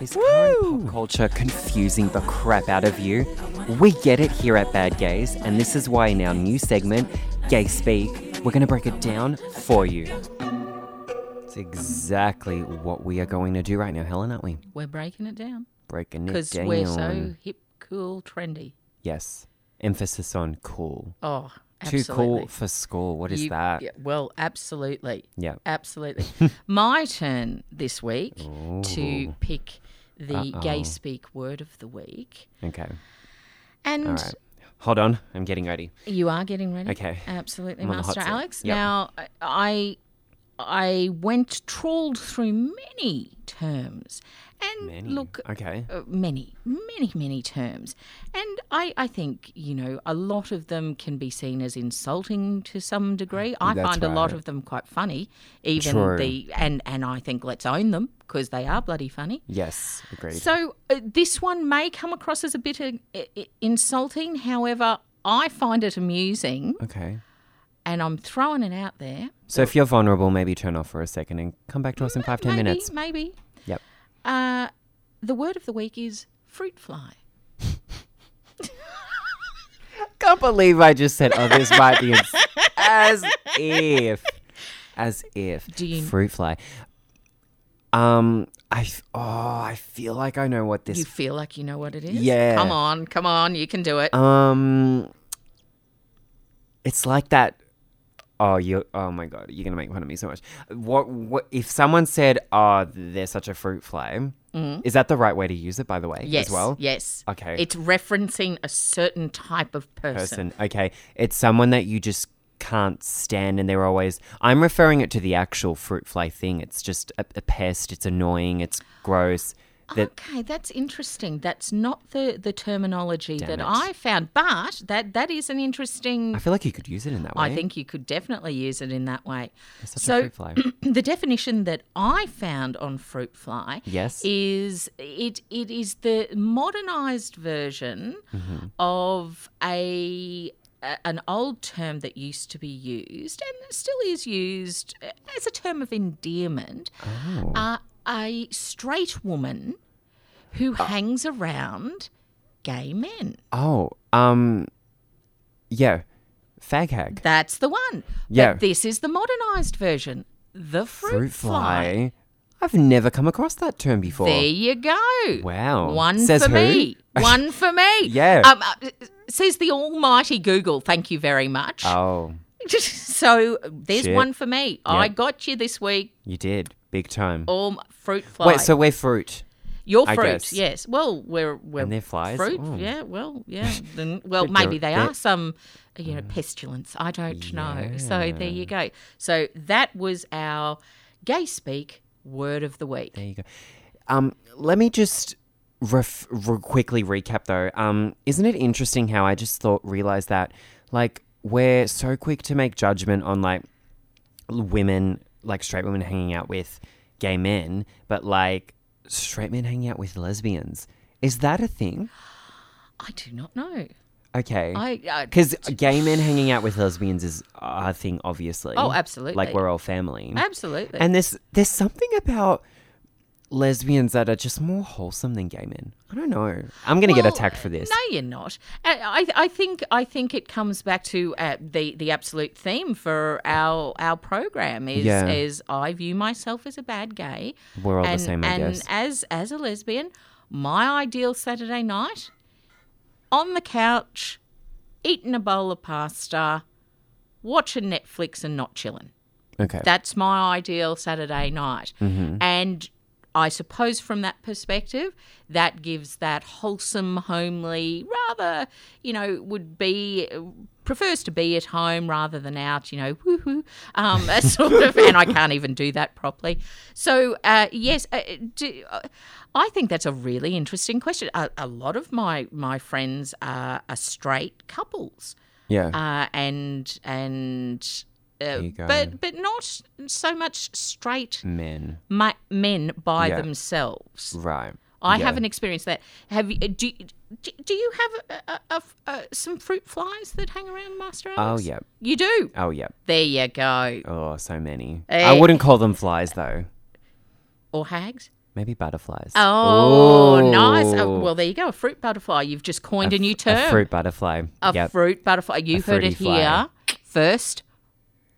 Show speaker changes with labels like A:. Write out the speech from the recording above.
A: Is current pop culture confusing the crap out of you? We get it here at Bad Gays, and this is why in our new segment, Gay Speak, we're going to break it down for you. It's exactly what we are going to do right now, Helen, aren't we?
B: We're breaking it down
A: Breaking it
B: because
A: down.
B: we're so hip, cool, trendy.
A: Yes. Emphasis on cool.
B: Oh,
A: Too cool
B: absolutely.
A: for school. What is
B: You-
A: that?
B: yeah, well, absolutely.
A: Yeah.
B: Absolutely. My turn this week to pick the gay speak word of the week.
A: Okay.
B: And
A: All right. Hold on. I'm getting ready.
B: You are getting ready.
A: Okay.
B: Absolutely,
A: I'm on the hot
B: Master
A: seat.
B: Alex.
A: Yep.
B: Now, I I went trawled through many terms, and
A: Many.
B: look,
A: Okay.
B: uh, many, many, many terms, and I I think you know a lot of them can be seen as insulting to some degree. I
A: That's
B: find a lot
A: right.
B: of them quite funny, even
A: True.
B: the and and I think let's own them because they are bloody funny.
A: Yes. Agreed.
B: So uh, this one may come across as a bit uh, i- i- insulting. However, I find it amusing,
A: okay.
B: and I'm throwing it out there.
A: So if you're vulnerable, maybe turn off for a second and come back to us in five, ten
B: maybe,
A: minutes.
B: maybe.
A: Yep.
B: Uh, the word of the week is fruit fly.
A: can't believe I just said, "Oh, this might be ins- as if, as if."
B: Do you-
A: fruit fly? Um, I f- oh, I feel like I know what this.
B: You feel like you know what it is?
A: Yeah.
B: Come on, come on, you can do it.
A: um, it's like that. Oh, you! Oh my God, you're gonna make fun of me so much. What? What? If someone said, "Oh, they're such a fruit fly," is that the right way to use it? By the way,
B: Mm-hmm. yes.
A: as well.
B: Yes.
A: Okay.
B: It's referencing a certain type of person.
A: person. Okay. It's someone that you just can't stand and they're always I'm referring it to the actual fruit fly thing. It's just a, a pest, it's annoying, it's gross. That
B: Okay, that's interesting. That's not the, the terminology that
A: it.
B: I found, but that, that is an interesting
A: I feel like you could use it in that way.
B: I think you could definitely use it in that way.
A: such a
B: So
A: fruit fly.
B: the definition that I found on fruit fly
A: Yes.
B: is it it is the modernized version
A: Mm-hmm.
B: of a a- an old term that used to be used and still is used as a term of endearment.
A: Oh.
B: Uh, a straight woman who
A: Ah.
B: hangs around gay men.
A: Oh, um yeah. Fag hag.
B: That's the one.
A: Yeah.
B: But this is the modernized version. The fruit,
A: Fruit
B: fly.
A: fly. I've never come across that term before.
B: There you go.
A: Wow.
B: One
A: Says
B: for
A: who?
B: me. One for me.
A: Yeah.
B: Um, uh, says the almighty Google. Thank you very much.
A: Oh,
B: so there's
A: Shit.
B: one for me. I
A: Yeah.
B: got you this week.
A: you did. Big time.
B: All fruit Oh, fly.
A: Wait, so we're fruit.
B: Your
A: I
B: fruit,
A: guess.
B: yes. Well, we're we're
A: And they're flies?
B: Fruit,
A: Oh.
B: yeah. Well, yeah. Then, well,
A: But
B: maybe
A: they're-
B: they
A: they're-
B: are some,
A: Uh,
B: you know, pestilence. I don't know. So there you go. So that was our gay speak word of the week.
A: There you go. Um, let me just ref- re- quickly recap though. Um, isn't it interesting how I just thought realized that like we're so quick to make judgment on like l- women, like straight women hanging out with gay men, but like straight men hanging out with lesbians. Is that a thing?
B: I do not know.
A: Okay.
B: I, uh, I
A: Because gay men hanging out with lesbians is a thing, obviously.
B: Oh, absolutely.
A: Like we're all family.
B: absolutely.
A: And there's there's something about lesbians that are just more wholesome than gay men. I don't know. I'm gonna get
B: Well,
A: attacked for this.
B: No, you're not. Uh, I, I think I think it comes back to uh, the the absolute theme for our our program is
A: Yeah.
B: is I view myself as a bad gay.
A: We're all the
B: and,
A: same, I
B: and
A: guess.
B: as as a lesbian, my ideal Saturday night on the couch, eating a bowl of pasta, watching Netflix, and not chilling.
A: Okay.
B: That's my ideal Saturday night. And I suppose from that perspective, that gives that wholesome, homely, rather, you know, would be prefers to be at home rather than out, you know, woohoo, um, a sort of, and I can't even do that properly. So, uh, yes, uh, do, uh, I think that's a really interesting question. A, a lot of my, my friends are, are straight couples
A: Yeah.
B: uh, and, and, uh,
A: you go.
B: but but not so much straight
A: Men.
B: ma- men by
A: Yeah.
B: themselves.
A: Right.
B: I
A: Yeah.
B: haven't experienced that. Have you? Do do, do you have a, a, a, a, some fruit flies that hang around Master Alex?
A: Oh, yeah.
B: you do.
A: Oh, yeah.
B: There you go.
A: Oh, so many. I
B: Eh.
A: wouldn't call them flies, though.
B: Or hags.
A: Maybe butterflies.
B: Oh, nice. Oh,
A: Ooh.
B: well, there you go. A fruit butterfly. You've just coined a,
A: f-
B: new term.
A: A fruit butterfly.
B: A
A: yep.
B: fruit butterfly. You heard
A: fruity
B: it
A: fly.
B: here first